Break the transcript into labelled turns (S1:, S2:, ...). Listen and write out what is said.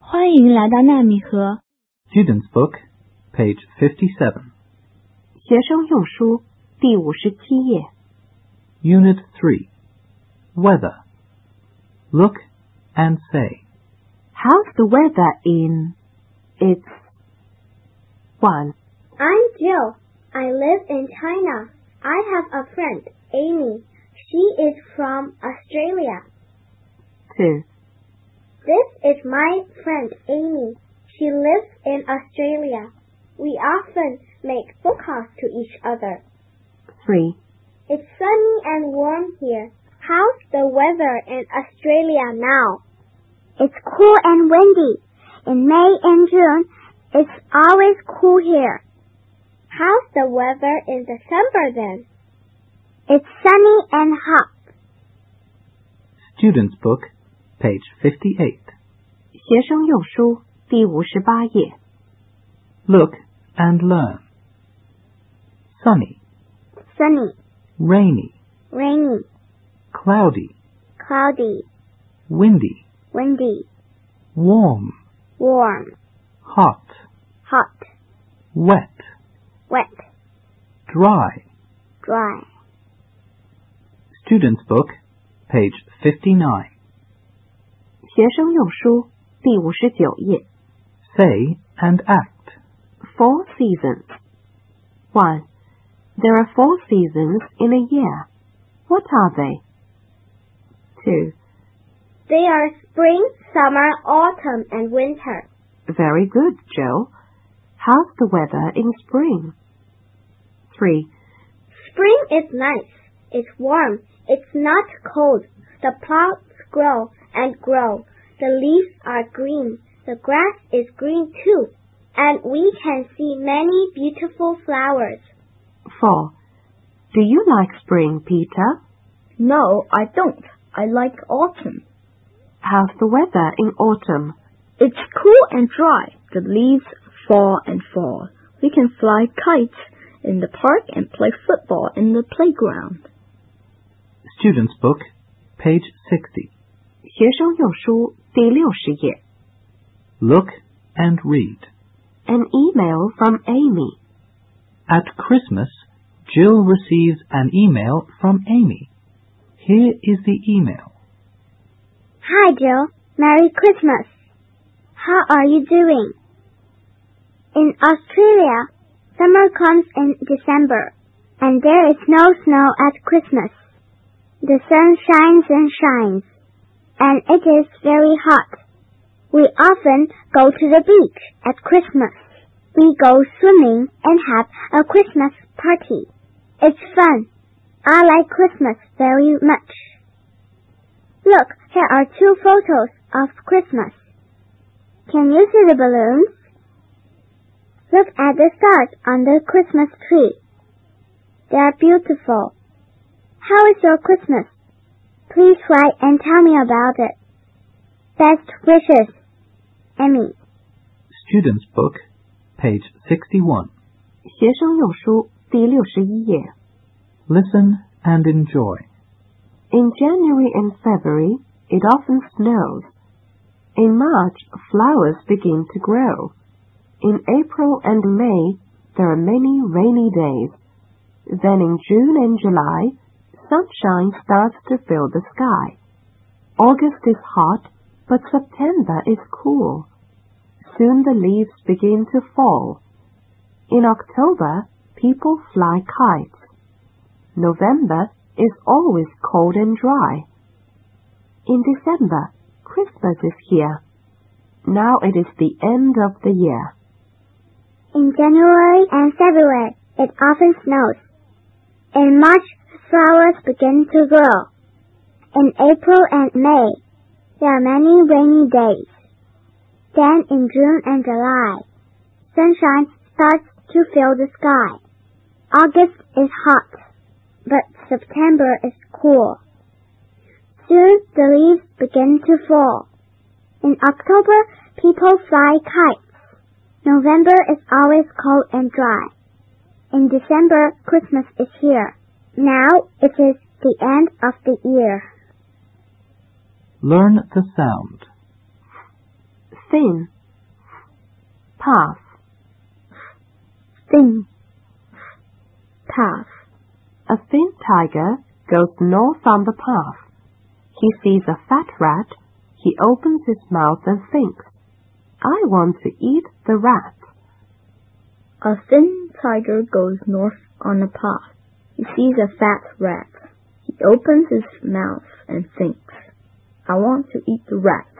S1: 欢迎来到纳米盒
S2: Student's Book, page 57,
S3: 学生用书第五十七页，
S2: Unit 3. Weather. Look and say.
S3: How's the weather in? It's one.
S4: I'm Jill. I live in China. I have a friend, Amy. She is from Australia.
S3: Two.
S4: This is my friend, Amy. She lives in Australia. We often make phone calls to each other.
S3: Three.
S4: It's sunny and warm here. How's the weather in Australia now?
S1: It's cool and windy. In May and June, it's always cool here.
S4: How's the weather in December then?
S1: It's sunny and hot.
S2: Student's Book, page 58.
S3: 学生用书第五十八页，
S2: Look and learn. Sunny,
S1: Sunny,
S2: rainy,
S1: rainy,
S2: cloudy,
S1: cloudy,
S2: windy,
S1: windy,
S2: warm,
S1: warm,
S2: hot,
S1: hot,
S2: wet,
S1: wet,
S2: dry.
S1: dry.
S2: Student's Book, page 59.
S3: 学生用书第五十九页
S2: Say and act.
S3: Four seasons. One. There are four seasons in a year. What are they? Two.
S4: They are spring, summer, autumn, and winter.
S3: Very good, Joe. How's the weather in spring? Three.
S4: Spring is nice. It's warm. It's not cold. The plants grow and grow. The leaves are green. The grass is green too. And we can see many beautiful flowers.
S3: Four. Do you like spring, Peter?
S1: No, I don't. I like autumn.
S3: How's the weather in autumn?
S1: It's cool and dry. The leaves fall and fall. We can fly kites in the park and play football in the playground.
S2: Student's Book, page 60.
S3: 学生用书第六十页。
S2: Look and read.
S3: An email from Amy.
S2: At Christmas, Jill receives an email from Amy. Here is the email.
S1: Hi, Jill. Merry Christmas. How are you doing? In Australia, summer comes in December, and there is no snow at Christmas. The sun shines and shines, and it is very hot. We often go to the beach at Christmas. We go swimming and have a Christmas party. It's fun. I like Christmas very much. Look, here are two photos of Christmas. Can you see the balloons? Look at the stars on the Christmas tree. They are beautiful. How is your Christmas? Please write and tell me about it. Best wishes, Emmy.
S2: Student's Book, page 61.
S3: 学生用书第六十一页。
S2: Listen and enjoy.
S3: In January and February, it often snows. In March, flowers begin to grow. In April and May, there are many rainy days. Then in June and July, sunshine starts to fill the sky. August is hot, but September is cool. Soon the leaves begin to fall. In October, people fly kites. November is always cold and dry. In December, Christmas is here. Now it is the end of the year.
S1: In January and February, it often snows. In March, flowers begin to grow. In April and May, there are many rainy days. Then in June and July, sunshine starts to fill the sky. August is hot, but September is cool. Soon the leaves begin to fall. In October, people fly kites. November is always cold and dry. In December, Christmas is here. Now it is the end of the year.
S2: Learn the sound.
S3: thin, pass,
S5: thin, path,
S3: A thin tiger goes north on the path. He sees a fat rat. He opens his mouth and thinks, I want to eat the rat.
S1: A thin tiger goes north on the path. He sees a fat rat. He opens his mouth and thinks, I want to eat the rat.